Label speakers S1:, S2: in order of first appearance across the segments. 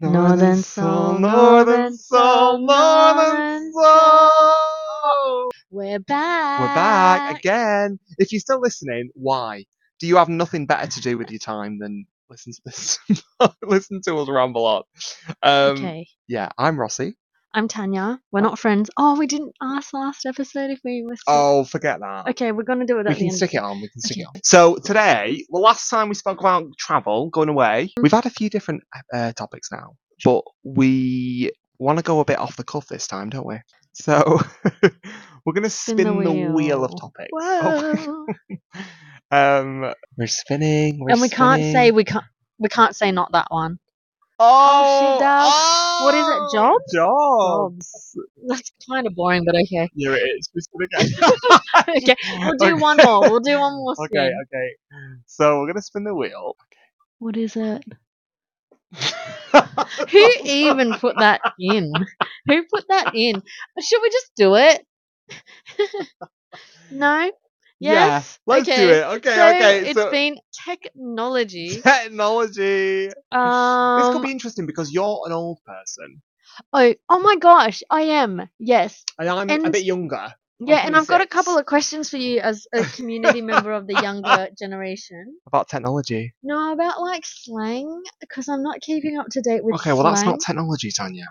S1: Northern soul, northern soul, northern soul.
S2: We're back.
S1: We're back again. If you're still listening, why? Do you have nothing better to do with your time than listen to this? listen to us ramble on. Um,
S2: okay.
S1: Yeah, I'm Rossi.
S2: I'm Tanya. We're not friends. Oh, we didn't ask last episode if we were. still-
S1: Oh, forget that.
S2: Okay, we're gonna do it
S1: We
S2: at the
S1: can
S2: end.
S1: stick it on. We can stick it on. So today, the last time we spoke about travel, going away,
S2: Mm-hmm.
S1: we've had a few different uh, topics now, but we want to go a bit off the cuff this time, don't we? So we're going to spin, the, wheel. of
S2: wheel.
S1: topics.
S2: Whoa.
S1: um, we're spinning. Oh. We're
S2: and we can't
S1: spinning.
S2: say we can't. We can't say not that one.
S1: Oh,
S2: does. What is it,
S1: oh,
S2: jobs?
S1: Jobs.
S2: That's kind of boring, but okay.
S1: Yeah, it is. We're spinning again.
S2: okay, we'll do
S1: Okay.
S2: one more. We'll do one more. Spin.
S1: okay, okay. So we're going to spin the wheel.
S2: What is it? Who even put that in? Who put that in? Should we just do it? no. Yes.
S1: Let's
S2: okay.
S1: do it. Okay,
S2: so
S1: okay.
S2: it's
S1: so
S2: been technology.
S1: technology. this
S2: Um,
S1: could be interesting because you're an old person
S2: oh, oh my gosh, I am. Yes.
S1: and I'm a
S2: And-
S1: bit younger.
S2: Yeah, and I've got a
S1: 26.
S2: couple of questions for you as a community member of the younger generation.
S1: About technology.
S2: No, about like slang, because I'm not keeping up to date with
S1: okay, well that's
S2: slang.
S1: not technology, Tanya.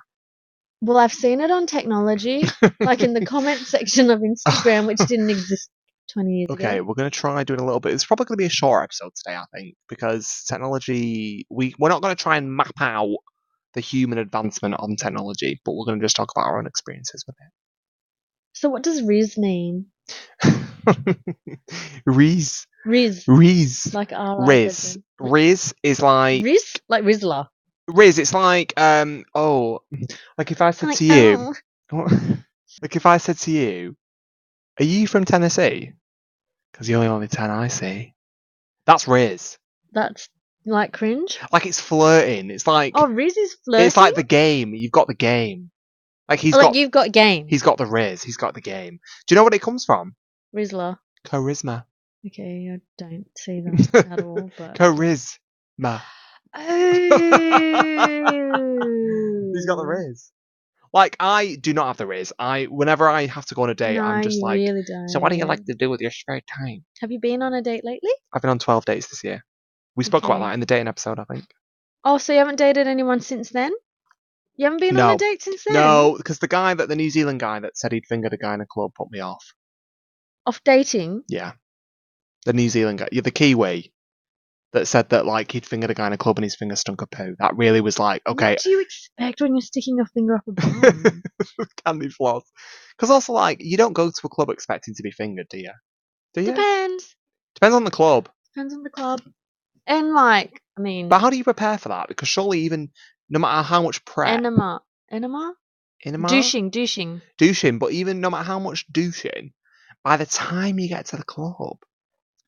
S2: Well, I've seen it on technology, like in the comment section of Instagram, which didn't exist 20 years
S1: Okay,
S2: ago.
S1: we're gonna try doing a little bit. It's probably gonna be a short episode today, I think, because technology. We we're not gonna try and map out the human advancement on technology, but we're gonna just talk about our own experiences with
S2: So, what does Riz mean?
S1: it. Reese,
S2: Riz,
S1: Reese,
S2: like R. I Z.
S1: Riz, Riz is like
S2: Riz, like Rizla.
S1: Riz, it's like um oh like if I said
S2: Like,
S1: to you
S2: oh,
S1: like if I said to you, Are you from Tennessee? Because you're the only ten I see. That's Riz.
S2: that's like cringe.
S1: Like it's flirting. It's like
S2: Oh, Riz is flirty.
S1: it's like the game. You've got the game. Like he's
S2: Oh, like
S1: got
S2: you've got game.
S1: he's got the Riz, he's got the game. Do you know what it comes from?
S2: Rizla.
S1: Charisma.
S2: Okay, I don't see that at all. But
S1: Charisma.
S2: oh,
S1: He's got the Riz. Like I do not have the Riz. I whenever I have to go on a date,
S2: No,
S1: I'm just
S2: you
S1: like
S2: really don't.
S1: So what do you like to do with your spare time?
S2: Have you been on a date lately?
S1: I've been on 12 dates this year. We spoke about
S2: Okay.
S1: that in the dating episode, I think.
S2: Oh, so you haven't dated anyone since then? You haven't been on
S1: No.
S2: a date since then?
S1: No, because the guy that the New Zealand guy that said he'd fingered a guy in a club put me off.
S2: Off dating?
S1: Yeah. The New Zealand guy, yeah, the Kiwi that said that like he'd fingered a guy in a club and his finger stunk a poo. That really was like, okay,
S2: What do you expect when you're sticking your finger up a bum?
S1: candy floss. Because also like you don't go to a club expecting to be fingered, do you? Do you?
S2: Depends.
S1: Depends on the club.
S2: Depends on the club. And like, I mean,
S1: But how do you prepare for that? Because surely even no matter how much prep,
S2: enema. Enema?
S1: enema?
S2: Douching, douching.
S1: douching, but even no matter how much douching, by the time you get to the club,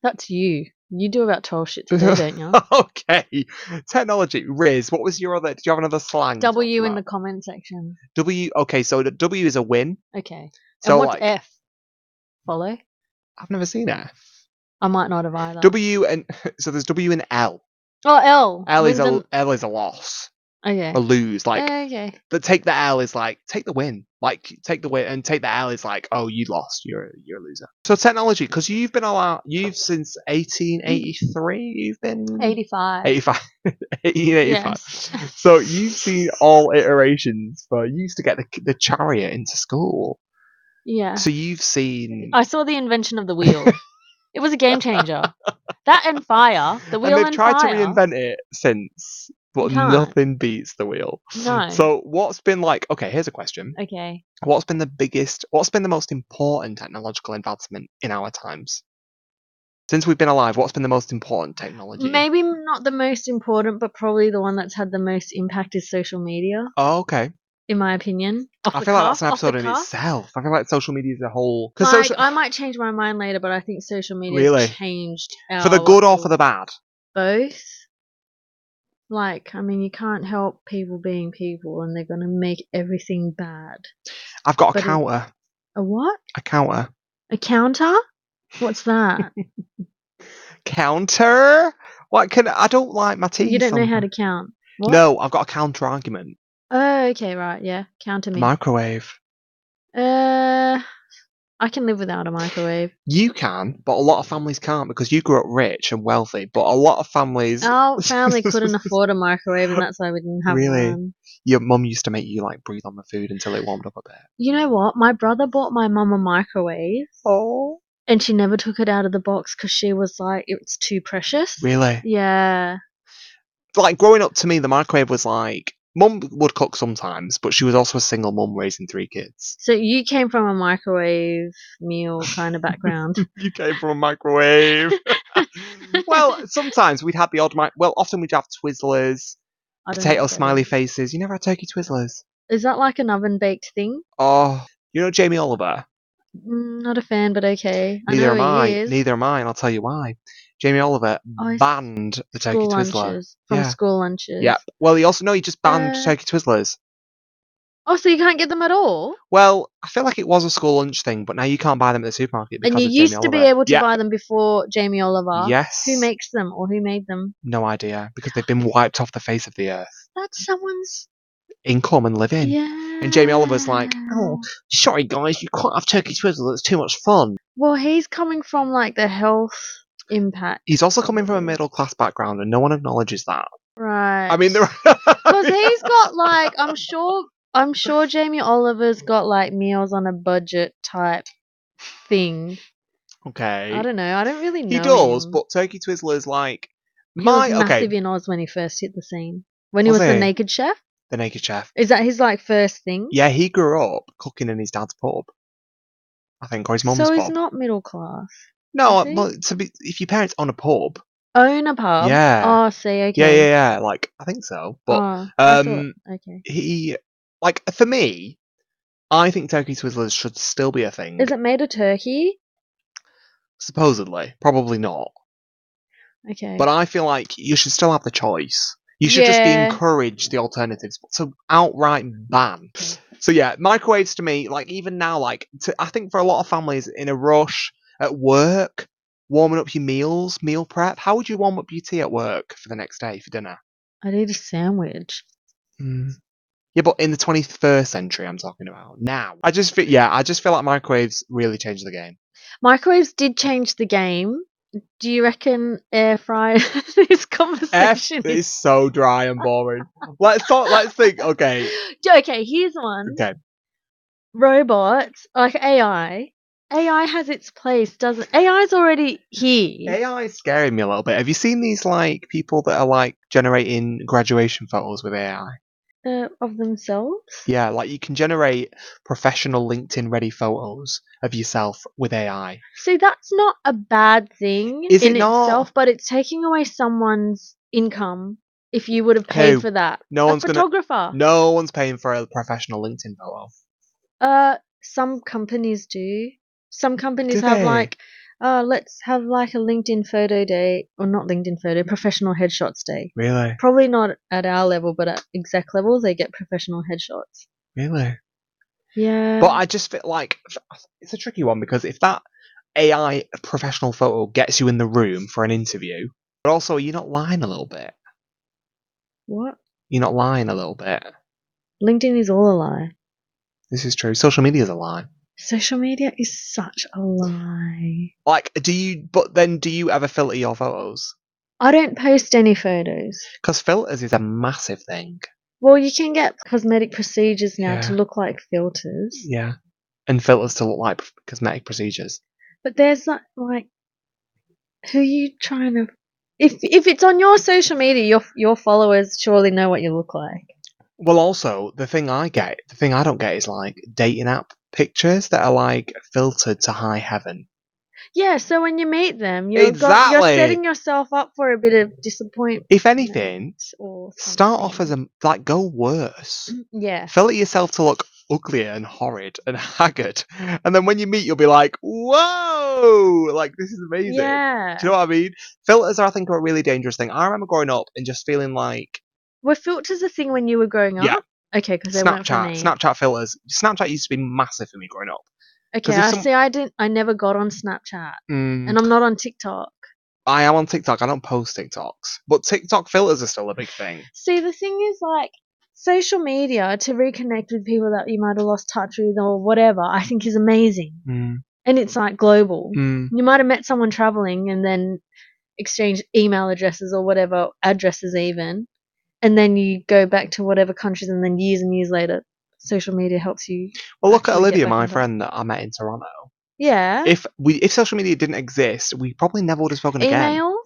S2: That's you. You do about 12 shit today, don't you?
S1: okay, technology, Riz, what was your other? Do you have another slang? to
S2: W
S1: talk
S2: in the
S1: about?
S2: comment section.
S1: W. Okay, so the W is a win.
S2: Okay.
S1: So
S2: and what's
S1: like,
S2: F? Follow?
S1: I've never seen F.
S2: I might not have either.
S1: W and so there's W and L.
S2: oh, L.
S1: L is a
S2: Lyndon-
S1: L is a loss,
S2: Okay.
S1: a lose. Like
S2: okay.
S1: the take the L is like take the win, like take the win, and take the L is like oh you lost, you're you're a loser. So technology, because you've been allowed,
S2: Oh.
S1: you've since 1883, you've been
S2: 85.
S1: 85, 1885.
S2: Yes.
S1: So you've seen all iterations, but you used to get the, the chariot into school.
S2: Yeah.
S1: So you've seen.
S2: I saw the invention of the wheel. it was a game changer. That and fire. The wheel
S1: and
S2: and,
S1: they've tried
S2: fire.
S1: to reinvent it since, but
S2: can't.
S1: nothing beats the wheel.
S2: No.
S1: So what's been like? Okay, here's a question.
S2: okay.
S1: What's been the biggest? What's been the most important technological advancement in our times? Since we've been alive, what's been the most important technology?
S2: Maybe not the most important, but probably the one that's had the most impact is social media,
S1: Oh, okay.
S2: in my opinion. Off
S1: I
S2: the
S1: feel like that's an
S2: cuff, off the
S1: episode in
S2: cuff.
S1: itself. I feel like social media is a whole.
S2: Like,
S1: Because social,
S2: I might change my mind later, but I think social media
S1: Really?
S2: changed
S1: for the
S2: our-
S1: good or for the bad.
S2: both. Like, I mean, you can't help people being people, and they're going to make everything bad.
S1: I've got a
S2: But it-
S1: counter.
S2: A what?
S1: A counter.
S2: A counter? What's that?
S1: counter. What can I don't like my teeth.
S2: you don't know how
S1: sometimes.
S2: to count. What?
S1: No, I've got a counter argument.
S2: Oh, okay, right, yeah. Counter me.
S1: Microwave.
S2: uh, I can live without a microwave.
S1: You can, but a lot of families can't because you grew up rich and wealthy. But a lot of families,
S2: Our family couldn't afford a microwave, and that's why we didn't have
S1: Really?
S2: one.
S1: your mum used to make you like breathe on the food until it warmed up a bit.
S2: You know what? My brother bought my mum a microwave,
S1: Oh,
S2: and she never took it out of the box because she was like, "It's too precious."
S1: really?
S2: Yeah.
S1: Like growing up to me, the microwave was like mum would cook sometimes, but she was also a single mum raising three kids.
S2: So you came from a microwave meal kind of background.
S1: You came from a microwave. well, sometimes we'd have the odd mic. Well, often we'd have Twizzlers,
S2: I don't know
S1: potato
S2: what that
S1: smiley
S2: is.
S1: faces. You never had turkey Twizzlers.
S2: Is that like an oven baked thing?
S1: Oh, you know Jamie Oliver.
S2: Mm, Not a fan, but okay.
S1: Neither
S2: I
S1: am
S2: know
S1: I.
S2: it is.
S1: Neither am I. And I'll tell you why. Jamie Oliver
S2: Oh, it's
S1: banned the turkey
S2: school
S1: Twizzler.
S2: lunches from
S1: Yeah.
S2: school lunches.
S1: Yeah. Well, he also no, he just banned
S2: Uh,
S1: turkey Twizzlers.
S2: Oh, so you can't get them at all?
S1: Well, I feel like it was a school lunch thing, but now you can't buy them at the supermarket because
S2: and you
S1: of Jamie
S2: used to
S1: Oliver.
S2: be able to
S1: yeah.
S2: buy them before Jamie Oliver.
S1: Yes.
S2: Who makes them or who made them?
S1: No idea because they've been wiped off the face of the earth.
S2: That's someone's.
S1: Income and living.
S2: Yeah.
S1: Jamie Oliver's like, "Oh." Sorry, guys, you can't have turkey Twizzlers. It's too much fun.
S2: Well, he's coming from like the health impact.
S1: He's also coming from a middle class background, and no one acknowledges that.
S2: Right.
S1: I mean, there.
S2: Because he's got like, I'm sure, I'm sure Jamie Oliver's got like meals on a budget type thing.
S1: okay.
S2: I don't know. I don't really know.
S1: He does,
S2: him.
S1: but Turkey Twizzler's like
S2: he was
S1: my
S2: massive
S1: okay.
S2: in Oz when he first hit the scene. When he
S1: Was
S2: was the
S1: he?
S2: Naked Chef,
S1: The Naked Chef.
S2: is that his like first thing?
S1: Yeah, he grew up cooking in his dad's pub. I think, or his mum's
S2: so
S1: pub.
S2: he's not middle class.
S1: no,
S2: is
S1: I-
S2: he?
S1: well, to be, if your parents own a pub,
S2: Own a pub.
S1: Yeah.
S2: Oh, see, okay.
S1: yeah, yeah, yeah, like I think so. But
S2: Oh, I thought-
S1: um,
S2: okay.
S1: he, like for me, I think turkey twizzlers should still be a thing.
S2: Is it made of turkey?
S1: Supposedly, probably not.
S2: Okay.
S1: But I feel like you should still have the choice. You should just be
S2: Yeah.
S1: encourage the alternatives but to outright ban.
S2: Okay.
S1: So yeah, microwaves to me, like even now, like to, I think for a lot of families in a rush at work, warming up your meals, meal prep. How would you warm up your tea at work for the next day for dinner?
S2: I need a sandwich. Mm.
S1: Yeah, but in the 21st century, I'm talking about now. I just feel yeah, I just feel like microwaves really changed the game.
S2: Microwaves did change the game. Do you reckon air fryer? this
S1: F
S2: conversation is
S1: is so dry and boring. let's talk. Let's think. Okay,
S2: okay. Here's one.
S1: okay.
S2: Robots like AI. AI has its place, doesn't? AI's already here.
S1: AI is scaring me a little bit. Have you seen these like people that are like generating graduation photos with AI?
S2: uh, of themselves.
S1: Yeah, like you can generate professional LinkedIn ready photos of yourself with AI.
S2: See, that's not a bad thing
S1: Is it
S2: in
S1: not?
S2: itself, but it's taking away someone's income if you would have paid
S1: Who?
S2: for that.
S1: No
S2: a
S1: one's gonna-
S2: photographer.
S1: No one's paying for a professional LinkedIn photo.
S2: Uh, some companies do. Some companies
S1: Do
S2: have
S1: they?
S2: like, uh, let's have like a LinkedIn photo day, or not LinkedIn photo, professional headshots day.
S1: Really?
S2: Probably not at our level, but at exec level, they get professional headshots.
S1: Really?
S2: Yeah.
S1: But I just feel like it's a tricky one because if that AI professional photo gets you in the room for an interview, but also you're not lying a little bit.
S2: what?
S1: You're not lying a little bit.
S2: LinkedIn is all a lie.
S1: This is true. Social media is a lie.
S2: Social media is such a lie.
S1: Like, do you? But then, do you ever filter your photos?
S2: I don't post any photos.
S1: Because filters is a massive thing.
S2: Well, you can get cosmetic procedures now to
S1: Yeah.
S2: look like filters,
S1: Yeah. And filters to look like cosmetic procedures.
S2: but there's not like who you trying to. If if it's on your social media, your your followers surely know what you look like.
S1: Well, also the thing I get, the thing I don't get is like dating app pictures that are like filtered to high heaven.
S2: Yeah, so when you meet them, you're got,
S1: Exactly.
S2: you're setting yourself up for a bit of disappointment
S1: If anything,
S2: or
S1: start off as
S2: something. Mm-hmm,
S1: a like go worse.
S2: yeah.
S1: Filter yourself to look uglier and horrid and haggard, and then when you meet, you'll be like, "Whoa! Like this is amazing."
S2: Yeah,
S1: Do you know what I mean? Filters are, I think, are a really dangerous thing. I remember growing up and just feeling like
S2: were filters a thing when you were growing up?
S1: Yeah.
S2: Okay, because they weren't for me.
S1: Snapchat, Snapchat filters. Snapchat used to be massive for me growing up.
S2: Okay,
S1: 'Cause if
S2: I
S1: some-
S2: see. I didn't. I never got on Snapchat,
S1: Mm.
S2: and I'm not on TikTok.
S1: I am on TikTok. I don't post TikToks, but TikTok filters are still a big thing.
S2: See, the thing is, like, social media to reconnect with people that you might have lost touch with or whatever, I think is amazing.
S1: Mm.
S2: And it's like global.
S1: Mm.
S2: You might have met someone traveling and then exchange email addresses or whatever, addresses even. And then you go back to whatever countries, and then years and years later, social media helps you.
S1: Well, look at
S2: Actually get
S1: Olivia,
S2: back
S1: my
S2: in touch.
S1: friend that I met in Toronto.
S2: Yeah.
S1: If we if social media didn't exist, we probably never would have spoken again.
S2: Emails?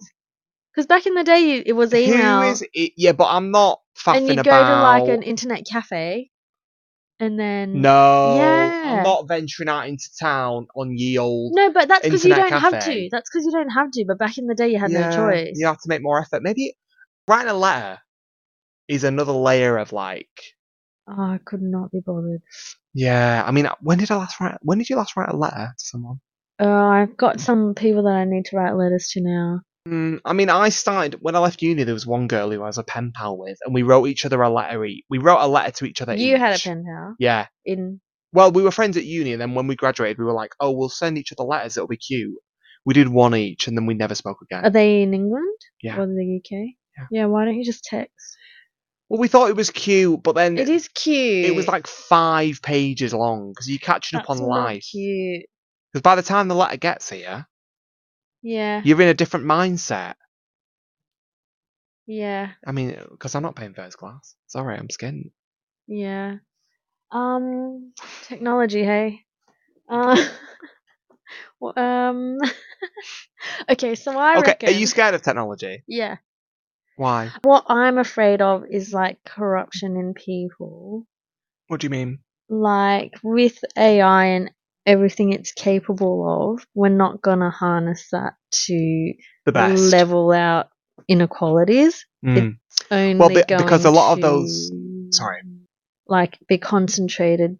S2: Because back in the day, you, it was email.
S1: Who is it? Yeah, but I'm not faffing
S2: and you'd go
S1: about.
S2: to like an internet cafe, and then
S1: no,
S2: Yeah.
S1: I'm not venturing out into town on ye old.
S2: No, but that's because you don't
S1: internet
S2: have to.
S1: cafe.
S2: That's because you don't have to. But back in the day, you had
S1: yeah,
S2: no choice.
S1: You have to make more effort. Maybe writing a letter is another layer of like
S2: Oh, I could not be bothered.
S1: Yeah, I mean, when did I last write? When did you last write a letter to someone?
S2: Uh, I've got some people that I need to write letters to now.
S1: Mm, I mean, I started when I left uni. There was one girl who I was a pen pal with, and we wrote each other a letter. Each. We wrote a letter to each other.
S2: you had a
S1: each.
S2: pen pal
S1: Yeah.
S2: in.
S1: Well, we were friends at uni, and then when we graduated, we were like, "Oh, we'll send each other letters. It'll be cute." We did one each, and then we never spoke again.
S2: Are they in England?
S1: Yeah.
S2: Or the UK?
S1: Yeah.
S2: Why don't you just text?
S1: well, we thought it was cute, but then
S2: It is cute.
S1: it was like five pages long because you're catching up
S2: That's
S1: on
S2: not
S1: life.
S2: Cute.
S1: Because by the time the letter gets here,
S2: Yeah.
S1: you're in a different mindset.
S2: Yeah.
S1: I mean, because I'm not paying first class. Sorry, I'm skint.
S2: Yeah. Um, technology, hey. Uh, wh- um. okay, so I
S1: okay,
S2: reckon.
S1: are you scared of technology?
S2: Yeah.
S1: Why?
S2: What I'm afraid of is like corruption in people.
S1: What do you mean?
S2: Like with AI and everything it's capable of, we're not going to harness that to
S1: The best.
S2: level out inequalities.
S1: Mm.
S2: Only
S1: be- because a
S2: going
S1: lot of those-
S2: to,
S1: sorry.
S2: Like be concentrated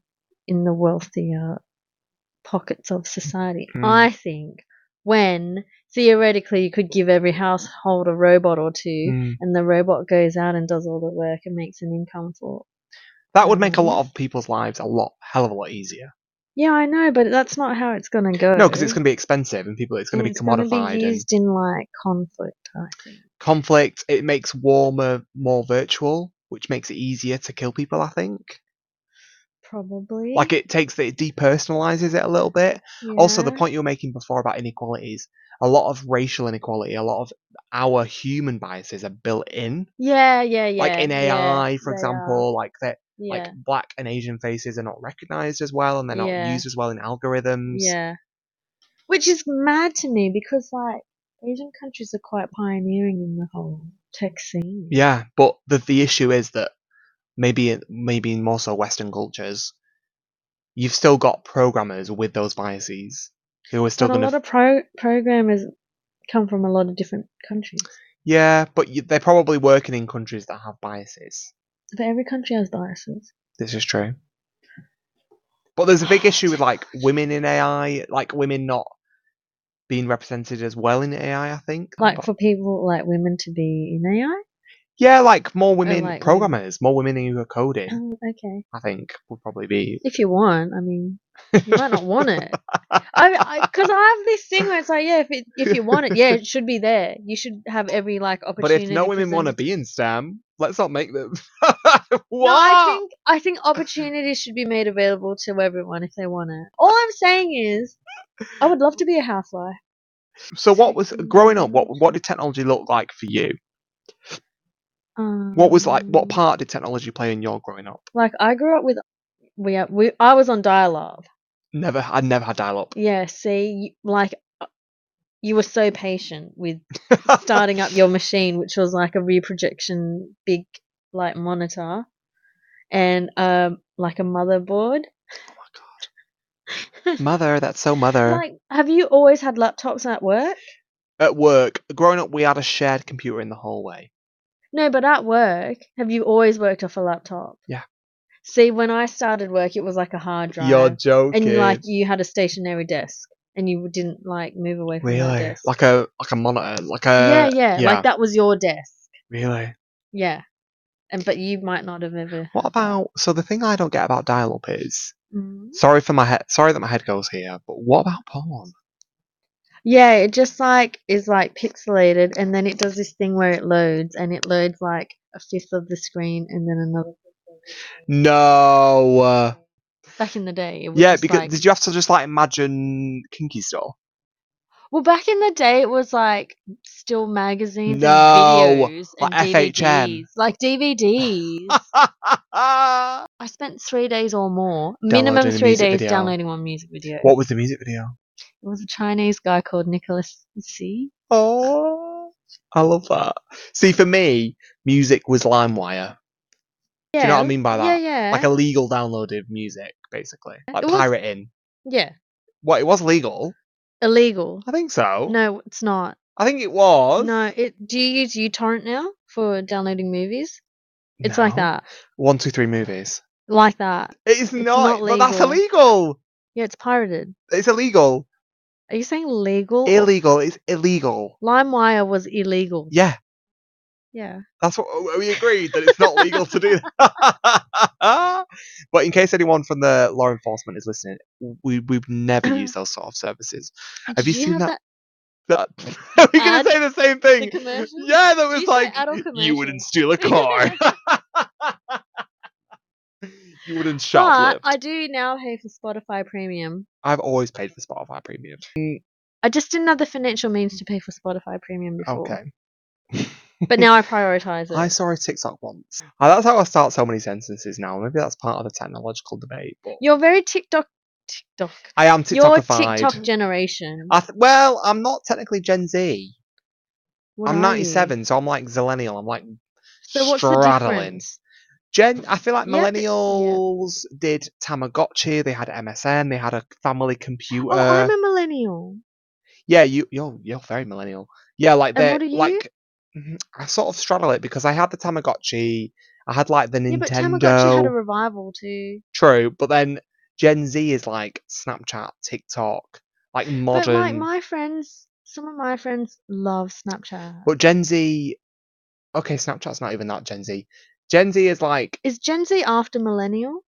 S2: in the wealthier pockets of society.
S1: Mm.
S2: I think when theoretically you could give every household a robot or two
S1: Mm.
S2: and the robot goes out and does all the work and makes an income for.
S1: That would make a
S2: Mhm.
S1: lot of people's lives a lot, hell of a lot easier.
S2: Yeah, I know, but that's not how it's going to go.
S1: No, because it's going to be expensive and people, it's going to be
S2: Mm, It's gonna
S1: commodified and
S2: used in like conflict, I think.
S1: conflict. It makes war more, more virtual, which makes it easier to kill people, I think.
S2: Probably.
S1: Like it takes the, it depersonalizes it a little bit. Also, the
S2: Yeah.
S1: point you were making before about inequalities, a lot of racial inequality, a lot of our human biases are built in.
S2: Yeah, yeah, yeah.
S1: like in
S2: yeah,
S1: AI, for
S2: they are,
S1: example, like that.
S2: Yeah.
S1: like black and Asian faces are not recognized as well, and they're not
S2: Yeah.
S1: used as well in algorithms.
S2: Yeah. Which is mad to me because like Asian countries are quite pioneering in the whole tech scene.
S1: Yeah, but the the issue is that maybe in- maybe in more so Western cultures, you've still got programmers with those biases who are still
S2: But a
S1: going
S2: lot
S1: to
S2: of pro- programmers come from a lot of different countries.
S1: yeah, but you, they're probably working in countries that have biases.
S2: But every country has biases.
S1: This is true. But there's a big issue with like women in AI, like women not being represented as well in AI. I think
S2: Like
S1: But-
S2: for people like women to be in AI.
S1: yeah, like more women
S2: oh, like women.
S1: programmers, more women who are coding.
S2: Oh, okay.
S1: I think would probably be.
S2: If you want, I mean, you might not want it. I because I, have this thing where it's like, yeah, if it, if you want it, yeah, it should be there. You should have every like
S1: But
S2: opportunity.
S1: if no women want to
S2: presented
S1: be in STEM, let's not make them.
S2: No, I
S1: What?
S2: think I think opportunities should be made available to everyone if they want it. All I'm saying is, I would love to be a housewife.
S1: so what was growing up? What
S2: Technology.
S1: what did technology look like for you?
S2: Um,
S1: What was like? What part did technology play in your growing up?
S2: Like I grew up with, we, are- we I was on dial-up.
S1: Never, I never had dial up.
S2: Yeah, see, you, like uh, you were so patient with starting up your machine, which was like a reprojection big like monitor, and um like a motherboard.
S1: Oh mother, that's so mother.
S2: Like, have you always had laptops at work?
S1: At work, growing up, we had a shared computer in the hallway.
S2: No, but at work, have you always worked off a laptop?
S1: Yeah.
S2: See, when I started work, it was like a hard drive,
S1: You're joking.
S2: and like you had a stationary desk, and you didn't like move away from that
S1: really?
S2: desk.
S1: Like a like a monitor? Like a
S2: yeah, yeah,
S1: yeah.
S2: like that was your desk.
S1: really?
S2: Yeah, and but you might not have ever.
S1: What about? So the thing I don't get about dial up is
S2: Mm.
S1: Sorry for my head. Sorry that my head goes here, but what about porn?
S2: Yeah, it just like is like pixelated, and then it does this thing where it loads, and it loads like a fifth of the screen, and then another.
S1: No. uh,
S2: Back in the day, it was
S1: yeah,
S2: just,
S1: because
S2: like-
S1: did you have to just like imagine Kinky Store?
S2: well, back in the day, it was like still magazines
S1: No,
S2: and videos
S1: like
S2: and
S1: FHM.
S2: DVDs, like DVDs.
S1: what
S2: I spent three days or more,
S1: Downloading
S2: minimum
S1: a
S2: three
S1: music
S2: days
S1: video.
S2: downloading one music video.
S1: was the music video?
S2: It was a Chinese guy called Nicholas C.
S1: Oh, I love that. See, for me, music was LimeWire.
S2: Yeah.
S1: Do you know what I mean by that?
S2: Yeah, yeah.
S1: Like illegal downloaded music, basically, like
S2: It was-
S1: pirating.
S2: yeah.
S1: What? It was legal.
S2: Illegal.
S1: I think so.
S2: No, it's not.
S1: I think it was.
S2: No, it. Do you use uTorrent now for downloading movies? It's like
S1: No.
S2: that.
S1: One, two, three movies.
S2: Like that.
S1: It is not,
S2: not
S1: but that's
S2: legal.
S1: illegal.
S2: Yeah, it's pirated.
S1: It's illegal.
S2: Are you saying legal? or-
S1: Illegal. It's illegal.
S2: LimeWire was illegal.
S1: Yeah,
S2: Yeah.
S1: that's what uh, we agreed that it's not legal to do. That. but in case anyone from the law enforcement is listening, we we've never used those sort of services. Have you
S2: Did
S1: seen
S2: have
S1: that? That are we gonna
S2: ad?
S1: say the same thing?
S2: commercial?
S1: yeah, that was
S2: you say
S1: like
S2: adult
S1: you wouldn't
S2: commercials."
S1: steal a car. you wouldn't shoplift.
S2: But I do now pay for Spotify Premium.
S1: I've always paid for Spotify Premium.
S2: I just didn't have the financial means to pay for Spotify Premium before.
S1: Okay.
S2: But now I prioritize it.
S1: I saw a TikTok once. Ah, that's how I start so many sentences now. Maybe that's part of the technological debate. But
S2: You're very TikTok. TikTok.
S1: I am
S2: Your
S1: TikTokified.
S2: TikTok generation.
S1: I th- well, I'm not technically Gen Z.
S2: What
S1: I'm
S2: are you?
S1: 97, so I'm like millennial. I'm like
S2: So what's the
S1: straddling.
S2: difference?
S1: Gen, I feel like
S2: Yeah, but- yeah.
S1: millennials did Tamagotchi. They had MSN. They had a family computer.
S2: Oh,
S1: Uh,
S2: I'm a millennial.
S1: Yeah, you you're you're very millennial. Yeah, like
S2: And
S1: they
S2: what are you?
S1: like Mhm, I sort of straddle it because I had the Tamagotchi, I had like the
S2: Yeah, but
S1: Nintendo.
S2: Tamagotchi had a revival too.
S1: True, but then Gen Z is like Snapchat, TikTok, like modern.
S2: But like my friends, some of my friends love Snapchat.
S1: but Gen Z, okay, Snapchat's not even that Gen Z. Gen Z is like
S2: Is Gen Z after millennial?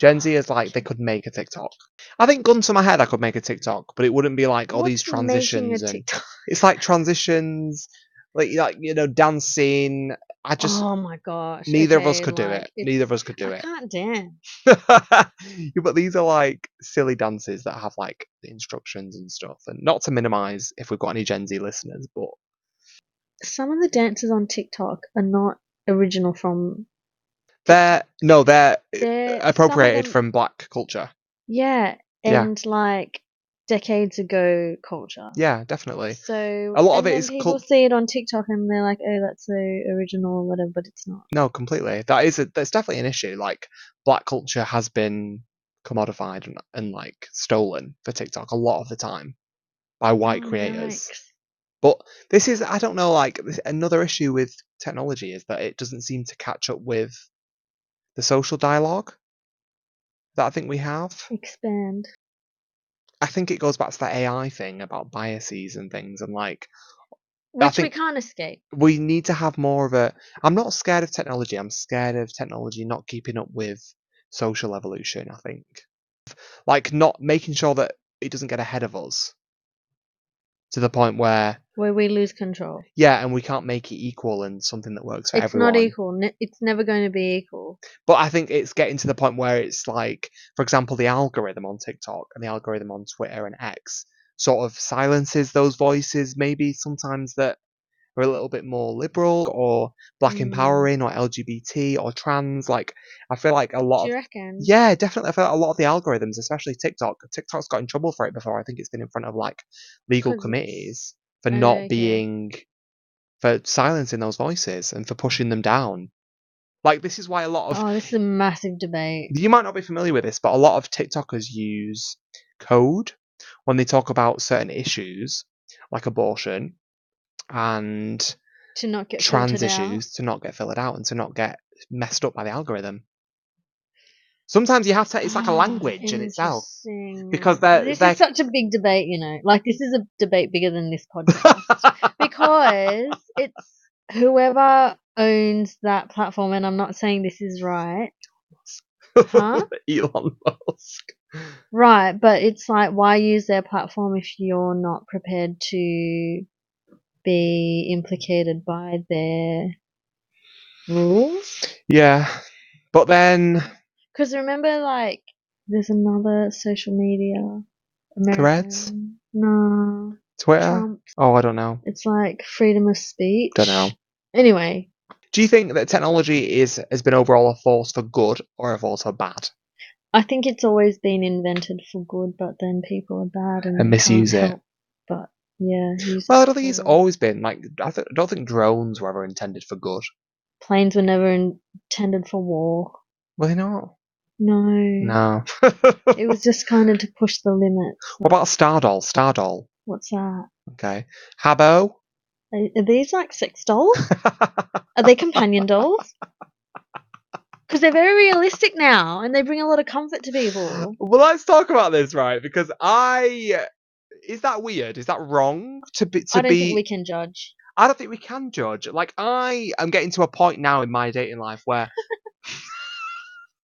S1: Gen Z is like they could make a TikTok. I think gun to my head, I could make a TikTok, but it wouldn't be like all
S2: What's
S1: these
S2: Making
S1: transitions
S2: a
S1: and
S2: TikTok?
S1: it's like transitions, like like you know dancing. I just
S2: oh my gosh.
S1: Neither of us
S2: okay,
S1: could do
S2: like,
S1: it.
S2: it's-
S1: Neither of us could do
S2: I
S1: it.
S2: can't dance.
S1: Yeah, but these are like silly dances that have like the instructions and stuff. And not to minimize if we've got any Gen Z listeners, but
S2: Some of the dances on TikTok are not original from.
S1: they're no, they're, uh,
S2: They're some of
S1: appropriated
S2: them-
S1: from black culture.
S2: Yeah,
S1: Yeah.
S2: and like decades ago culture.
S1: Yeah, definitely.
S2: So
S1: A lot of
S2: and
S1: it
S2: then
S1: is
S2: people
S1: cult-
S2: see it on TikTok and they're like, "Oh, that's so original or whatever," but it's not.
S1: No, completely. That is a, that's definitely an issue. Like black culture has been commodified and, and like stolen for TikTok a lot of the time by white
S2: Oh,
S1: creators.
S2: yikes.
S1: But this is, I don't know, like this, another issue with technology is that it doesn't seem to catch up with the social dialogue that I think we have.
S2: Expand.
S1: I think it goes back to that AI thing about biases and things, and like I
S2: Which we
S1: think-
S2: can't escape.
S1: we need to have more of a. I'm not scared of technology. I'm scared of technology not keeping up with social evolution. I think, like not making sure that it doesn't get ahead of us to the point where
S2: Where we lose control.
S1: yeah, and we can't make it equal and something that works for
S2: It's
S1: everyone.
S2: not equal. Ne- it's never going to be equal.
S1: But I think it's getting to the point where it's like, for example, the algorithm on TikTok and the algorithm on Twitter and X sort of silences those voices, maybe sometimes that are a little bit more liberal or black
S2: Mm.
S1: empowering or LGBT or trans. Like, I feel like a lot
S2: Do you
S1: of.
S2: reckon?
S1: Yeah, definitely. I feel like a lot of the algorithms, especially TikTok, TikTok's got in trouble for it before. I think it's been in front of like legal
S2: 'Cause it's-
S1: committees for
S2: Oh,
S1: not
S2: okay.
S1: being for silencing those voices and for pushing them down. Like this is why a lot of
S2: Oh, this is a massive debate.
S1: you might not be familiar with this, but a lot of TikTokers use code when they talk about certain issues like abortion and
S2: To not get
S1: trans
S2: filtered out.
S1: issues to not get filled out and to not get messed up by the algorithm. Sometimes you have to, it's like a
S2: Ah,
S1: language in itself.
S2: interesting.
S1: because they're-
S2: this
S1: they're-
S2: is such a big debate, you know. Like this is a debate bigger than this podcast because it's whoever owns that platform, and I'm not saying this is right. Huh?
S1: Elon Musk.
S2: Right, but it's like why use their platform if you're not prepared to be implicated by their rules?
S1: Yeah. But then
S2: Because remember, like, there's another social media.
S1: Threads?
S2: American- No.
S1: Twitter.
S2: Trump.
S1: Oh, I don't know.
S2: It's like freedom of speech.
S1: Don't know.
S2: Anyway,
S1: Do you think that technology is has been overall a force for good or a force for bad?
S2: I think it's always been invented for good, but then people are bad and,
S1: And misuse
S2: can't
S1: it.
S2: help But yeah, use
S1: Well, I
S2: it
S1: don't think it's
S2: for-
S1: always been like I, th- I don't think drones were ever intended for good.
S2: planes were never intended for war.
S1: Were they not?
S2: No.
S1: No.
S2: It was just kind of to push the limit.
S1: what about Stardoll? Stardoll.
S2: What's that?
S1: Okay. Habbo.
S2: Are, are these like sex dolls? Are they companion dolls? Because they're very realistic now, and they bring a lot of comfort to people.
S1: well, let's talk about this, right? Because I is that weird? Is that wrong to be to
S2: I don't
S1: be?
S2: think we can judge.
S1: I don't think we can judge. Like I am getting to a point now in my dating life where.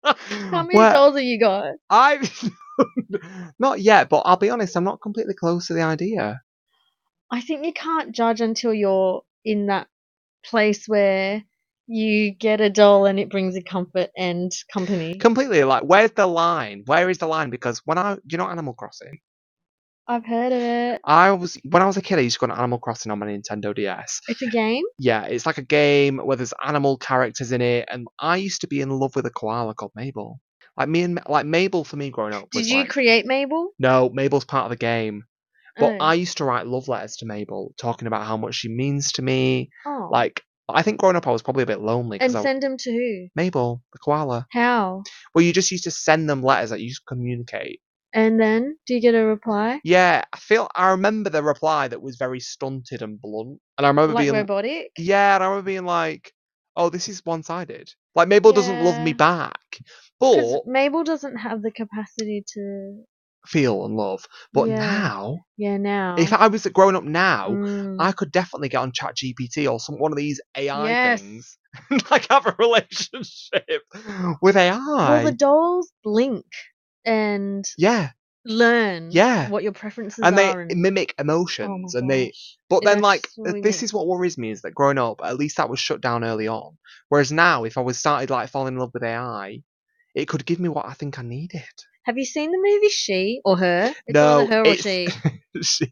S2: How many
S1: where
S2: dolls have you got?
S1: I not yet, but I'll be honest, I'm not completely close to the idea.
S2: I think you can't judge until you're in that place where you get a doll and it brings you comfort and company.
S1: Completely, like, where's the line? Where is the line? Because when I, do you know, Animal Crossing,
S2: I've heard of it.
S1: I was when I was a kid, I used to go on Animal Crossing on my Nintendo DS.
S2: It's a game.
S1: Yeah, it's like a game where there's animal characters in it, and I used to be in love with a koala called Mabel. Like me and Ma- like Mabel for me growing up.
S2: Did
S1: was
S2: you
S1: like-
S2: create Mabel?
S1: no, Mabel's part of the game. But
S2: Oh.
S1: I used to write love letters to Mabel, talking about how much she means to me.
S2: Oh.
S1: Like I think growing up, I was probably a bit lonely. 'cause
S2: and
S1: I,
S2: send them to who?
S1: Mabel, the koala.
S2: How?
S1: Well, you just used to send them letters that you used to communicate.
S2: And then do you get a reply?
S1: Yeah, I feel I remember the reply that was very stunted and blunt, and I remember
S2: Like
S1: being
S2: robotic?
S1: yeah, and I remember being like, oh, this is one sided. Like Mabel doesn't love me
S2: Yeah.
S1: back,
S2: 'Cause
S1: but
S2: Mabel doesn't have the capacity to.
S1: feel and love. But
S2: Yeah.
S1: now,
S2: Yeah, now.
S1: if I was growing up now,
S2: Mm.
S1: I could definitely get on Chat GPT or some one of these AI
S2: Yes.
S1: things. and, like have a relationship with AI.
S2: Well, the dolls blink and
S1: yeah,
S2: learn
S1: Yeah.
S2: what your preferences
S1: and they
S2: are. and-
S1: mimic
S2: Oh my
S1: emotions, and they.
S2: gosh.
S1: But
S2: It
S1: then, like,
S2: actually
S1: th- this
S2: makes-
S1: is what worries me is that growing up, at least that was shut down early on. Whereas now, if I was started like falling in love with AI, it could give me what I think I needed.
S2: Have you seen the movie She or Her? It's
S1: No,
S2: either her or
S1: it's-
S2: she.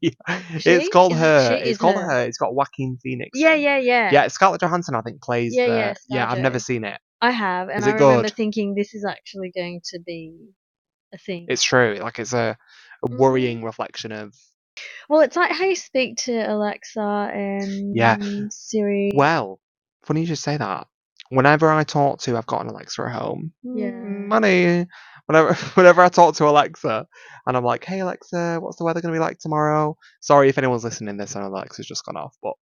S1: she, it's
S2: She?
S1: called
S2: Is it
S1: her.
S2: she?
S1: It's
S2: Is
S1: called
S2: her.
S1: her. It's got Joaquin Phoenix.
S2: Yeah,
S1: in.
S2: yeah, yeah.
S1: Yeah, Scarlett Johansson, I think, plays.
S2: Yeah,
S1: Yeah,
S2: yeah,
S1: yeah. I've
S2: Scarlett.
S1: never seen it.
S2: I have, and
S1: Is
S2: I
S1: it
S2: remember
S1: good?
S2: thinking this is actually going to be a thing.
S1: It's true. Like, it's a,
S2: Mm-hmm.
S1: a worrying reflection of.
S2: well, it's like how you speak to Alexa and um,
S1: Yeah.
S2: Siri.
S1: Well, funny you should say that. Whenever I talk to, I've got an Alexa at home.
S2: Yeah.
S1: "Mm, Money. Whenever, whenever I talk to Alexa, and I'm like, "Hey Alexa, what's the weather going to be like tomorrow?" Sorry if anyone's listening this and Alexa's just gone off, but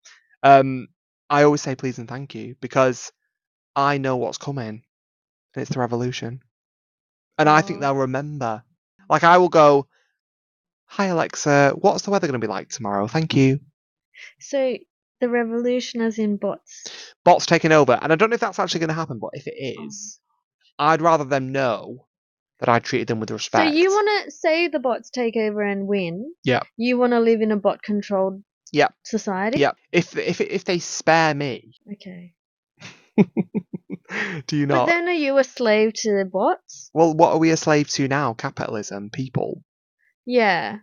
S1: um, I always say please and thank you because I know what's coming, and it's the revolution, and I think
S2: Oh.
S1: they'll remember. Like I will go, "Hi Alexa, what's the weather going to be like tomorrow?" Thank you.
S2: So the revolution as in bots.
S1: bots taking over. And I don't know if that's actually going to happen, but if it
S2: Oh.
S1: is, I'd rather them know that I treated them with respect.
S2: So you want to say the bots take over and win?
S1: Yeah.
S2: You want to live in a bot-controlled
S1: Yeah.
S2: society?
S1: yeah. If if if they spare me,
S2: Okay.
S1: do you
S2: But
S1: not?
S2: then are you a slave to the bots?
S1: Well, what are we a slave to now? Capitalism, people.
S2: Yeah.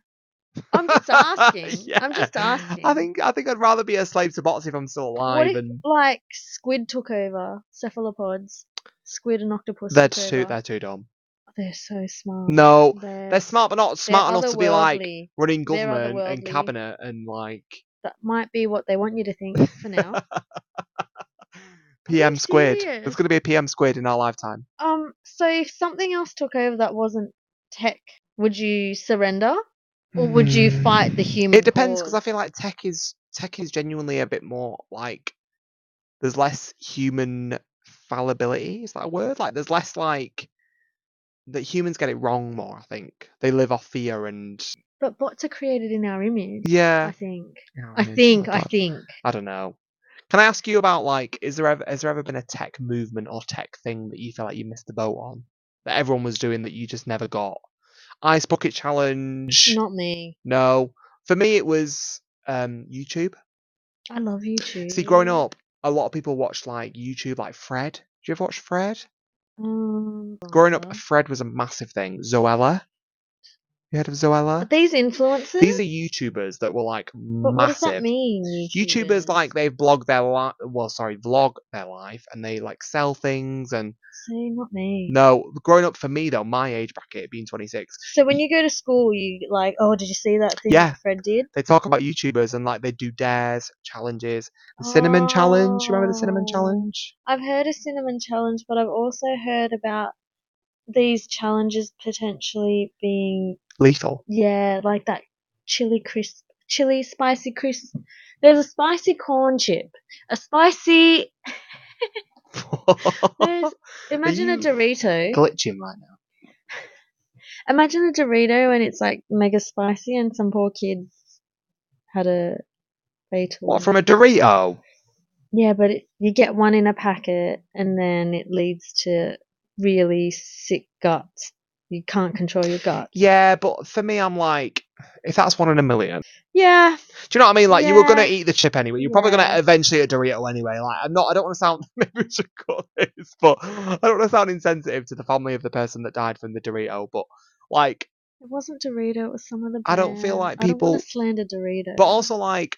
S2: I'm just asking. I'm just
S1: Yeah.
S2: asking.
S1: I think I think I'd rather be a slave to bots if I'm still
S2: What
S1: alive
S2: if,
S1: and
S2: like, squid took over cephalopods? Squid and octopus.
S1: they're
S2: took
S1: too
S2: over.
S1: they're too dumb.
S2: They're so smart.
S1: No,
S2: They're,
S1: they're smart, but not
S2: Oh, they're
S1: smart enough to be like
S2: otherworldly.
S1: running
S2: They're
S1: government and
S2: otherworldly.
S1: cabinet and like
S2: That might be what they want you to think for now.
S1: PM squid.
S2: serious.
S1: There's going to be a PM squid in our lifetime.
S2: um, so if something else took over that wasn't tech, would you surrender? Or would you fight the human
S1: Mm. It depends because I
S2: cause?
S1: feel like tech is tech is genuinely a bit more like there's less human fallibility. Is that a word? Like there's less like that humans get it wrong more. I think they live off fear and
S2: But bots are created in our image. I
S1: yeah.
S2: think.
S1: you know,
S2: I
S1: image,
S2: think.
S1: oh
S2: I
S1: God,
S2: think.
S1: I don't know. Can I ask you about like is there ever has there ever been a tech movement or tech thing that you feel like you missed the boat on? that everyone was doing that you just never got. Ice bucket challenge.
S2: Not me.
S1: No. For me, it was um, YouTube.
S2: I love YouTube.
S1: See, growing up, a lot of people watched like YouTube, like Fred. Do you ever watch Fred?
S2: Um,
S1: Growing up,
S2: uh,
S1: Fred was a massive thing. Zoella. You heard of Zoella?
S2: are these influencers.
S1: These are YouTubers that were like
S2: But what does
S1: massive.
S2: that mean?
S1: YouTubers like they've blogged their life, well, sorry, vlog their life, and they like sell things. And
S2: See, not me.
S1: no, growing up for me though, my age bracket being 26,
S2: So when you go to school, you like, oh, did you see that thing
S1: Yeah.
S2: that Fred did?
S1: they talk about YouTubers and like they do dares, challenges, the cinnamon challenge. You remember the cinnamon
S2: Oh.
S1: challenge?
S2: I've heard of cinnamon challenge, but I've also heard about these challenges potentially being
S1: Lethal.
S2: yeah, like that chili crisp, chili spicy crisp. There's a spicy corn chip, a spicy. There's, imagine a
S1: you
S2: Dorito.
S1: glitching right now.
S2: Imagine a Dorito and it's like mega spicy, and some poor kid had a fatal.
S1: What from a Dorito?
S2: Yeah, but it, you get one in a packet, and then it leads to really sick guts. You can't control your guts.
S1: Yeah, but for me, I'm like, if that's one in a million,
S2: Yeah,
S1: do you know what I mean? Like, you were gonna
S2: Yeah.
S1: eat the chip anyway. You're probably gonna
S2: Yeah.
S1: eventually eat a Dorito anyway. Like, I'm not. I don't want to sound maybe we should cut this, but I don't want to sound insensitive to the family of the person that died from the Dorito. But like,
S2: it wasn't Dorito. It was some other.
S1: I don't feel
S2: brand.
S1: like
S2: I don't
S1: people-
S2: want to slander Dorito.
S1: but also like,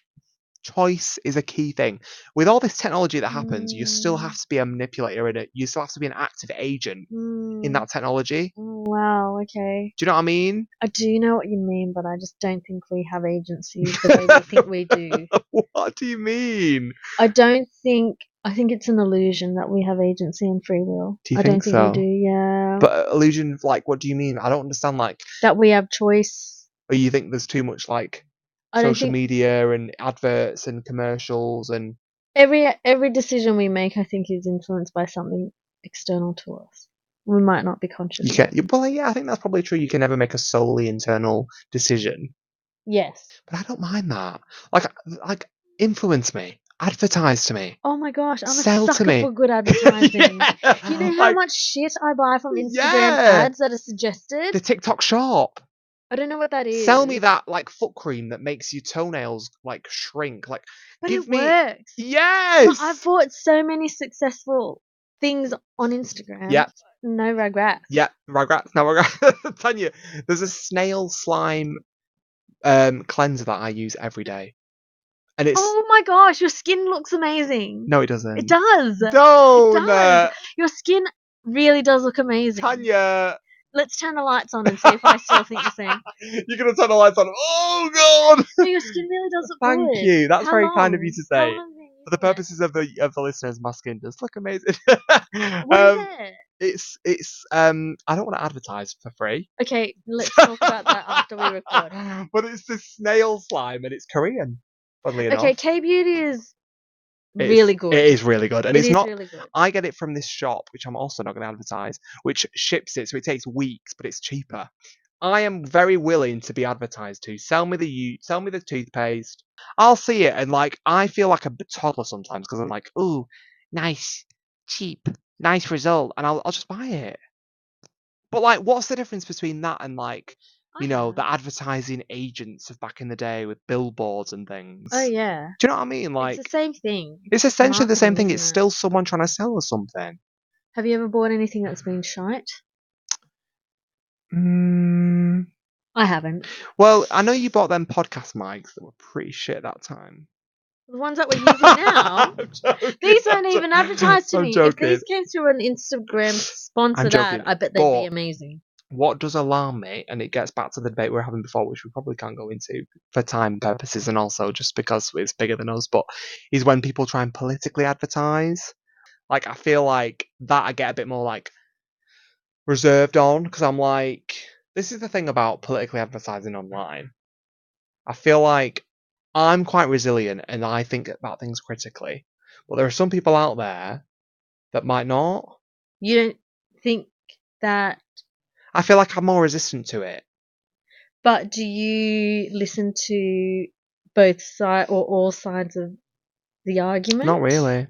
S1: choice is a key thing. With all this technology that happens, you still
S2: Mm.
S1: have to be a manipulator in it. You still have to be an active agent in
S2: Mm.
S1: that technology.
S2: Oh, wow. Okay.
S1: Do you know what I mean?
S2: I do know what you mean, but I just don't think we have agency the way they think we do.
S1: what do you mean?
S2: I don't think. I think it's an illusion that we have agency and free will.
S1: Do you
S2: I don't
S1: think
S2: think
S1: so?
S2: we do. Yeah.
S1: But illusion, like, what do you mean? I don't understand. Like,
S2: that we have choice.
S1: or Oh, you think there's too much like
S2: I don't
S1: social
S2: think
S1: media and adverts and commercials and
S2: every every decision we make i think is influenced by something external to us we might not be conscious
S1: you
S2: of
S1: can
S2: it.
S1: you- well yeah i think that's probably true you can never make a solely internal decision
S2: yes
S1: but i don't mind that like like influence me advertise to me
S2: oh my gosh i'm a
S1: Sell to
S2: sucker
S1: me.
S2: for good advertising you know how
S1: like,
S2: much shit i buy from instagram
S1: Yeah.
S2: ads that are suggested
S1: the tiktok shop
S2: i don't know what that is
S1: sell me that like foot cream that makes your toenails like shrink like
S2: but
S1: give
S2: it
S1: me-
S2: works
S1: yes
S2: i've bought so many successful things on instagram
S1: Yep.
S2: no regrets
S1: Yeah, Rugrats. No, Rugrats. I'm telling you, there's a snail slime um, cleanser that I use every day, and it's
S2: oh my gosh your skin looks amazing
S1: no, it doesn't. uh,
S2: it does
S1: No,
S2: does. your skin really does look amazing
S1: Tanya,
S2: Let's turn the lights on and see if I still think the same.
S1: you're gonna turn the lights on. Oh God!
S2: No, your skin really does look
S1: Thank
S2: good.
S1: you. That's
S2: How
S1: very kind of you
S2: long?
S1: to
S2: How
S1: say.
S2: long have you
S1: For the
S2: been
S1: purposes of the of the listeners, my skin does look amazing.
S2: using it? What is
S1: um,
S2: it?
S1: it's it's um I don't want to advertise for free.
S2: Okay, let's talk about that after we record.
S1: but it's this snail slime, and it's Korean. Funnily enough.
S2: Okay, K beauty is
S1: It is-
S2: really good.
S1: It is really good, and
S2: It
S1: it's
S2: is
S1: not.
S2: really good.
S1: I get it from this shop, which I'm also not going to advertise, which ships it, so it takes weeks, but it's cheaper. I am very willing to be advertised to. Sell me the you, sell me the toothpaste. I'll see it, and like I feel like a b- toddler sometimes because I'm like, ooh, nice, cheap, nice result, and I'll I'll just buy it. But like, what's the difference between that and like you
S2: I
S1: know
S2: have.
S1: the advertising agents of back in the day with billboards and things?
S2: Oh yeah,
S1: Do you know what I mean? Like
S2: it's the same thing.
S1: it's essentially the same
S2: marketing,
S1: thing. It's
S2: isn't it?
S1: still someone trying to sell us something.
S2: Have you ever bought anything that's been shite?
S1: Mm.
S2: I haven't.
S1: Well, I know you bought them podcast mics that were pretty shit that time.
S2: The ones that we're using now.
S1: I'm joking,
S2: These
S1: I'm
S2: weren't
S1: jo-
S2: even advertised to
S1: I'm
S2: me.
S1: joking.
S2: If these came through an Instagram sponsored ad,
S1: joking,
S2: I bet they'd
S1: but-
S2: be amazing.
S1: What does alarm me, and it gets back to the debate we were having before, which we probably can't go into for time purposes and also just because it's bigger than us, but is when people try and politically advertise. Like, I feel like that I get a bit more like reserved on because I'm like, this is the thing about politically advertising online. I feel like I'm quite resilient and I think about things critically, but there are some people out there that might not.
S2: You don't think that,
S1: I feel like I'm more resistant to it.
S2: but do you listen to both side or all sides of the argument?
S1: Not really.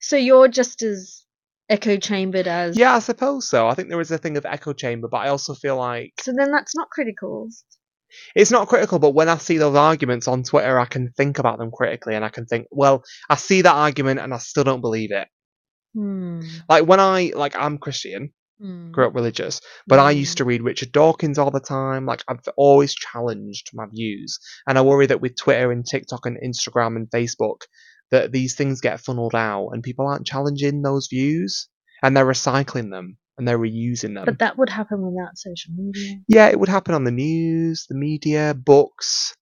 S2: So you're just as echo chambered as.
S1: Yeah, I suppose so. I think there is a thing of echo chamber, but I also feel like
S2: So then that's not critical.
S1: it's not critical. But when I see those arguments on Twitter, I can think about them critically, and I can think, well, I see that argument, and I still don't believe it.
S2: Hmm.
S1: Like when I like I'm Christian,
S2: Hmm.
S1: grew up religious, but I
S2: Mm.
S1: used to read Richard Dawkins all the time. Like I've always challenged my views, and I worry that with Twitter and TikTok and Instagram and Facebook, that these things get funneled out, and people aren't challenging those views, and they're recycling them and they're reusing them.
S2: Hmm. But that would happen without social media.
S1: yeah, it would happen on the news, the media, books,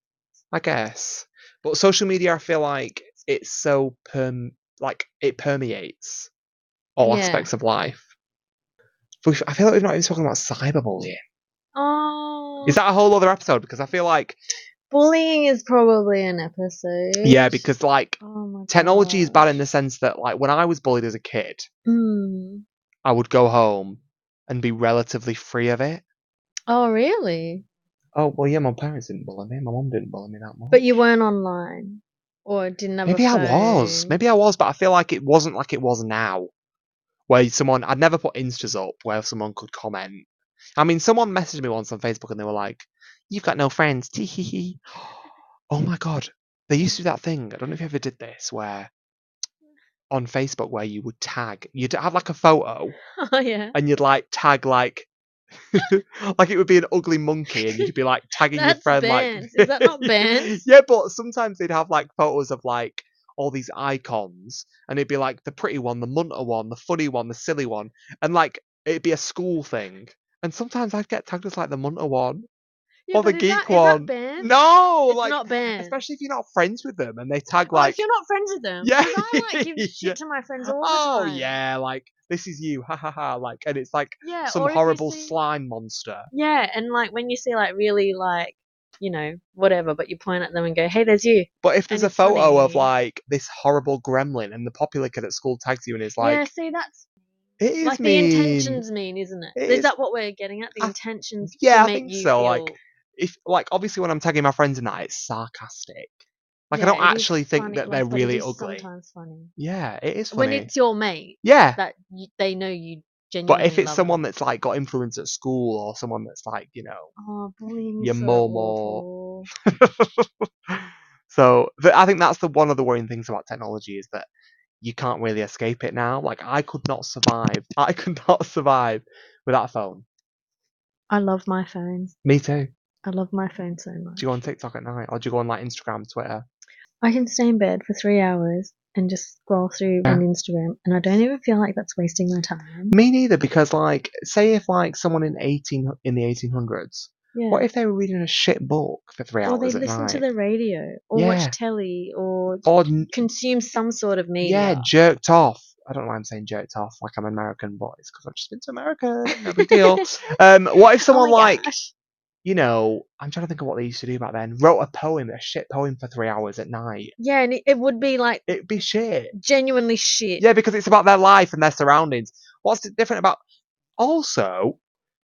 S1: I guess. But social media, I feel like it's so perm like it permeates all
S2: Yeah.
S1: aspects of life. But I feel like we've not even talking about cyberbullying.
S2: Oh.
S1: Is that a whole other episode? Because I feel like
S2: bullying is probably an episode.
S1: yeah, because like
S2: Oh my
S1: technology is bad in
S2: gosh.
S1: the sense that like when I was bullied as a kid,
S2: Hmm.
S1: I would go home and be relatively free of it.
S2: Oh really?
S1: Oh well, yeah, my parents didn't bully me. My mum didn't bully me that much.
S2: But you weren't online, or didn't have. a
S1: Maybe I was.
S2: phone.
S1: Maybe I was, but I feel like it wasn't like it was now. Where someone, I'd never put instas up where someone could comment. I mean, someone messaged me once on Facebook and they were like, You've got no friends. tee hee hee." oh my God. They used to do that thing. I don't know if you ever did this where on Facebook where you would tag, you'd have like a photo
S2: Oh yeah.
S1: and you'd like tag like, like it would be an ugly monkey and you'd be like tagging your
S2: That's
S1: friend
S2: banned.
S1: like
S2: Is that not banned?
S1: yeah but sometimes they'd have like photos of like all these icons and it'd be like the pretty one the munter one the funny one the silly one and like it'd be a school thing and sometimes i'd get tagged as like the munter one
S2: Yeah,
S1: Or the
S2: but is
S1: geek
S2: that- is
S1: one.
S2: That banned?
S1: no
S2: it's
S1: like
S2: not banned.
S1: especially if you're not friends with them and they tag
S2: Well,
S1: like
S2: if you're not friends with them,
S1: Yeah.
S2: 'cause I like give
S1: Yeah.
S2: shit to my friends all the
S1: oh
S2: time.
S1: yeah like this is you ha ha ha like and it's like
S2: yeah, or
S1: some
S2: if you
S1: horrible
S2: see-
S1: slime monster
S2: Yeah, and like when you see like really like you know whatever, but you point at them and go, "Hey, there's you."
S1: but if there's a
S2: it's
S1: photo of
S2: funny.
S1: like this horrible gremlin and the popular kid at school tags you and is like
S2: yeah, see that's
S1: it is
S2: like
S1: mean.
S2: the intentions mean, isn't it?
S1: It
S2: Is
S1: is-
S2: that what we're getting at? The
S1: I-
S2: intentions.
S1: yeah,
S2: to
S1: I
S2: make
S1: think
S2: you
S1: so,
S2: Feel...
S1: like, if like obviously when I'm tagging my friends in that, it's sarcastic. Like
S2: Yeah,
S1: I don't
S2: it is
S1: actually think
S2: funny,
S1: that
S2: like,
S1: they're
S2: but it
S1: really
S2: is
S1: ugly.
S2: Sometimes funny.
S1: Yeah, it is
S2: when
S1: funny.
S2: it's your mate
S1: yeah,
S2: that you, they know you
S1: but
S2: genuinely.
S1: if it's
S2: Mm, love
S1: someone that's like got influence at school or someone that's like you know,
S2: them. oh, bullying,
S1: your
S2: is so
S1: mum or-
S2: awful.
S1: so th- I think that's the one of the worrying things about technology is that you can't really escape it now. Like I could not survive. I could not survive without a phone.
S2: I love my phone.
S1: Me too.
S2: I love my phone so much.
S1: Do you go on TikTok at night or do you go on like Instagram, Twitter?
S2: I can stay in bed for three hours and just scroll through
S1: Yeah.
S2: on Instagram, and I don't even feel like that's wasting my time.
S1: Me neither, because like, say if like someone in eighteen in the eighteen hundreds,
S2: Yeah.
S1: what if they were reading a shit book for three
S2: or Mm. they
S1: hours at
S2: listen
S1: night,
S2: to the radio, or
S1: Yeah.
S2: watch telly, or
S1: or n-
S2: consume some sort of
S1: yeah,
S2: media.
S1: jerked off. I don't know why I'm saying jerked off like I'm American, but it's because I've just been to America. No big deal. Um, what if someone
S2: Oh my
S1: like
S2: gosh.
S1: you know, I'm trying to think of what they used to do back then. Wrote a poem, a shit poem for three hours at night.
S2: Yeah, and it, it would be like
S1: It'd be shit.
S2: genuinely shit.
S1: Yeah, because it's about their life and their surroundings. What's di- different about? Also,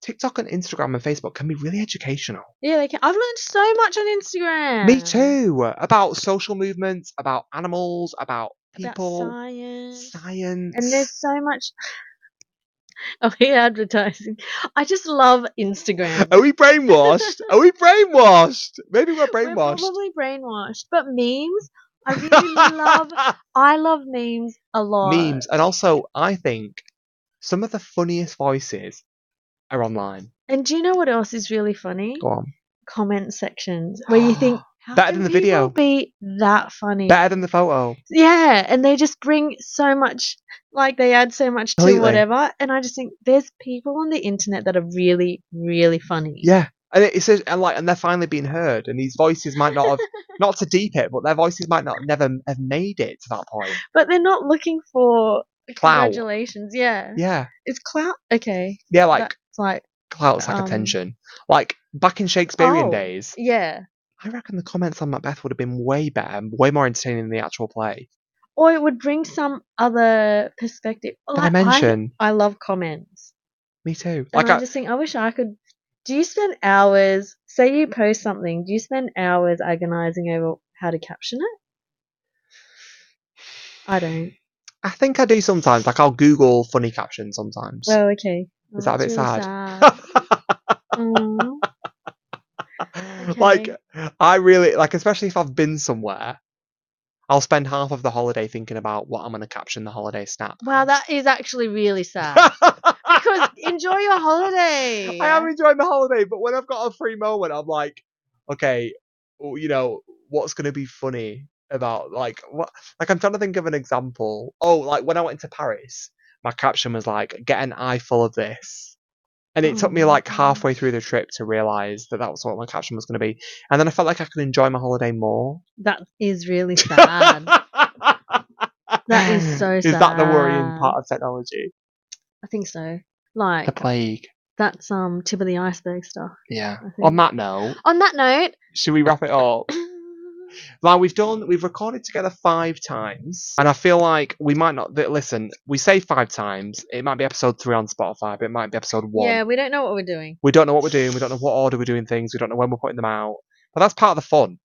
S1: TikTok and Instagram and Facebook can be really educational.
S2: Yeah, they can. I've learned so much on Instagram.
S1: Me too. About social movements, about animals, about
S2: About
S1: people,
S2: science.
S1: science.
S2: Mm. And there's so much. Are we advertising? I just love Instagram.
S1: Are we brainwashed? Are we brainwashed? Maybe we're
S2: We're
S1: brainwashed.
S2: probably brainwashed, but memes. I really love. I love memes a lot.
S1: memes, and also I think some of the funniest voices are online.
S2: And do you know what else is really funny?
S1: Go on,
S2: Comment sections where you think How
S1: Better
S2: can
S1: than the video.
S2: people Be that funny.
S1: better than the photo.
S2: yeah, and they just bring so much. Like they add so much to
S1: Completely.
S2: whatever, and I just think there's people on the internet that are really, really funny.
S1: Yeah, and it, it says and like and they're finally being heard, and these voices might not have not to deep it, but their voices might not never have made it to that point.
S2: but they're not looking for
S1: Clout.
S2: congratulations. Yeah.
S1: Yeah,
S2: it's clout. Okay,
S1: yeah, like
S2: it's like
S1: clout's like
S2: um,
S1: attention. Like back in Shakespearean
S2: Oh.
S1: days,
S2: yeah,
S1: I reckon the comments on Macbeth would have been way better, and way more entertaining than the actual play.
S2: or it would bring some other perspective. Like, I-
S1: Dimension.
S2: I, love comments,
S1: Me too.
S2: and
S1: Like
S2: I,
S1: I,
S2: just think I wish I could. Do you spend hours? Say you post something. Do you spend hours agonizing over how to caption it? I don't.
S1: I think I do sometimes. Like I'll Google funny captions sometimes.
S2: Oh, okay. Oh,
S1: Is that a
S2: that's
S1: bit
S2: really
S1: sad?
S2: sad? Aw.
S1: like I really like, especially if I've been somewhere, I'll spend half of the holiday thinking about what I'm going to caption the holiday snap.
S2: wow,
S1: as.
S2: that is actually really sad. because enjoy your holiday.
S1: I am enjoying the holiday, but when I've got a free moment, I'm like, okay, w- you know, what's going to be funny about like what? Like I'm trying to think of an example. Oh, like when I went to Paris, my caption was like, "Get an eye full of this." And it took me
S2: Oh,
S1: like
S2: wow.
S1: halfway through the trip to realize that that was what my caption was going to be, and then I felt like I could enjoy my holiday more.
S2: That is really sad. That is so
S1: Is that the worrying
S2: sad. Oh
S1: part of technology?
S2: I think so.
S1: The
S2: Like
S1: plague.
S2: that's um tip of the iceberg stuff.
S1: Yeah.
S2: I
S1: On that note,
S2: On that note,
S1: should we wrap it up? Now we've done, we've recorded together five times, and I feel like we might not. th- Listen, we say five times. It might be episode three on Spotify, but it might be episode one.
S2: yeah, we don't know what we're doing.
S1: We don't know what we're doing. We don't know what order we're doing things. We don't know when we're putting them out. But that's part of the fun.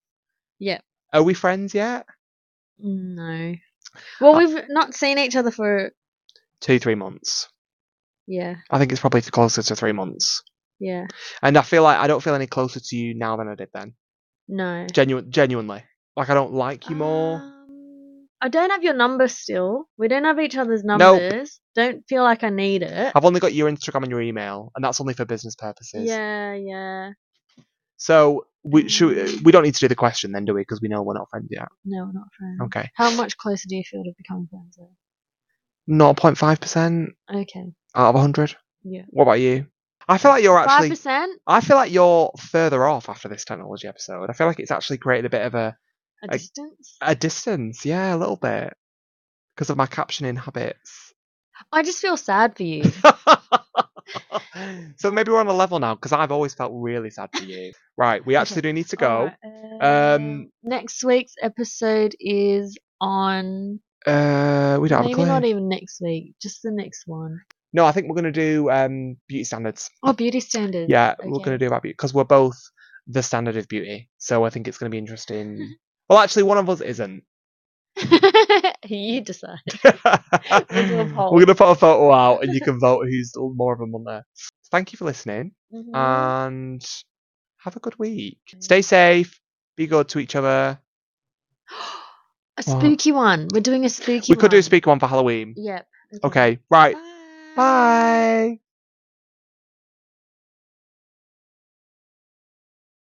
S2: Yeah.
S1: Are we friends yet?
S2: No. Well,
S1: Uh,
S2: we've not seen each other for
S1: Two, three months.
S2: yeah,
S1: I think it's probably closer to three months.
S2: yeah.
S1: And I feel like I don't feel any closer to you now than I did then.
S2: No.
S1: Genu- genuinely. Like I don't like you more.
S2: Um, I don't have your number still. We don't have each other's
S1: Nope.
S2: numbers. Don't feel like I need it.
S1: I've only got your Instagram and your email, and that's only for business purposes.
S2: Yeah, yeah.
S1: So
S2: Mm.
S1: we should, uh, we don't need to do the question then, do we? Because we know we're not friends yet.
S2: No, we're not friends.
S1: Okay,
S2: How much closer do you feel to becoming friends? Though?
S1: not 0.5 percent
S2: Okay.
S1: out of 100.
S2: Yeah.
S1: What about you? I feel like you're
S2: Five
S1: actually.
S2: percent.
S1: I feel like you're further off after this technology episode. I feel like it's actually created a bit of a
S2: A
S1: I-
S2: distance.
S1: a distance. Yeah, a little bit because of my captioning habits.
S2: I just feel sad for you.
S1: so maybe we're on a level now because I've always felt really sad for you. Right, we actually do need to go.
S2: Alright,
S1: Um,
S2: next week's episode is on
S1: Uh, we don't have a
S2: maybe
S1: clue.
S2: not e even next week, just the next one.
S1: No, I think we're gonna do um beauty standards.
S2: Oh, beauty standards.
S1: Yeah, we're
S2: okay.
S1: going to do about beauty because we're both the standard of beauty. So I think it's going to be interesting. well, actually, one of us isn't.
S2: you decide.
S1: we're
S2: a poll.
S1: going to put a photo out and you can vote who's l- more of a munter. Thank you for listening
S2: Mhm.
S1: Uh, and have a good week. Stay safe. Be good to each other.
S2: a
S1: What?
S2: spooky one. We're doing a spooky.
S1: we could do a
S2: one.
S1: speak one for Halloween.
S2: Yep.
S1: Okay, right. Bye.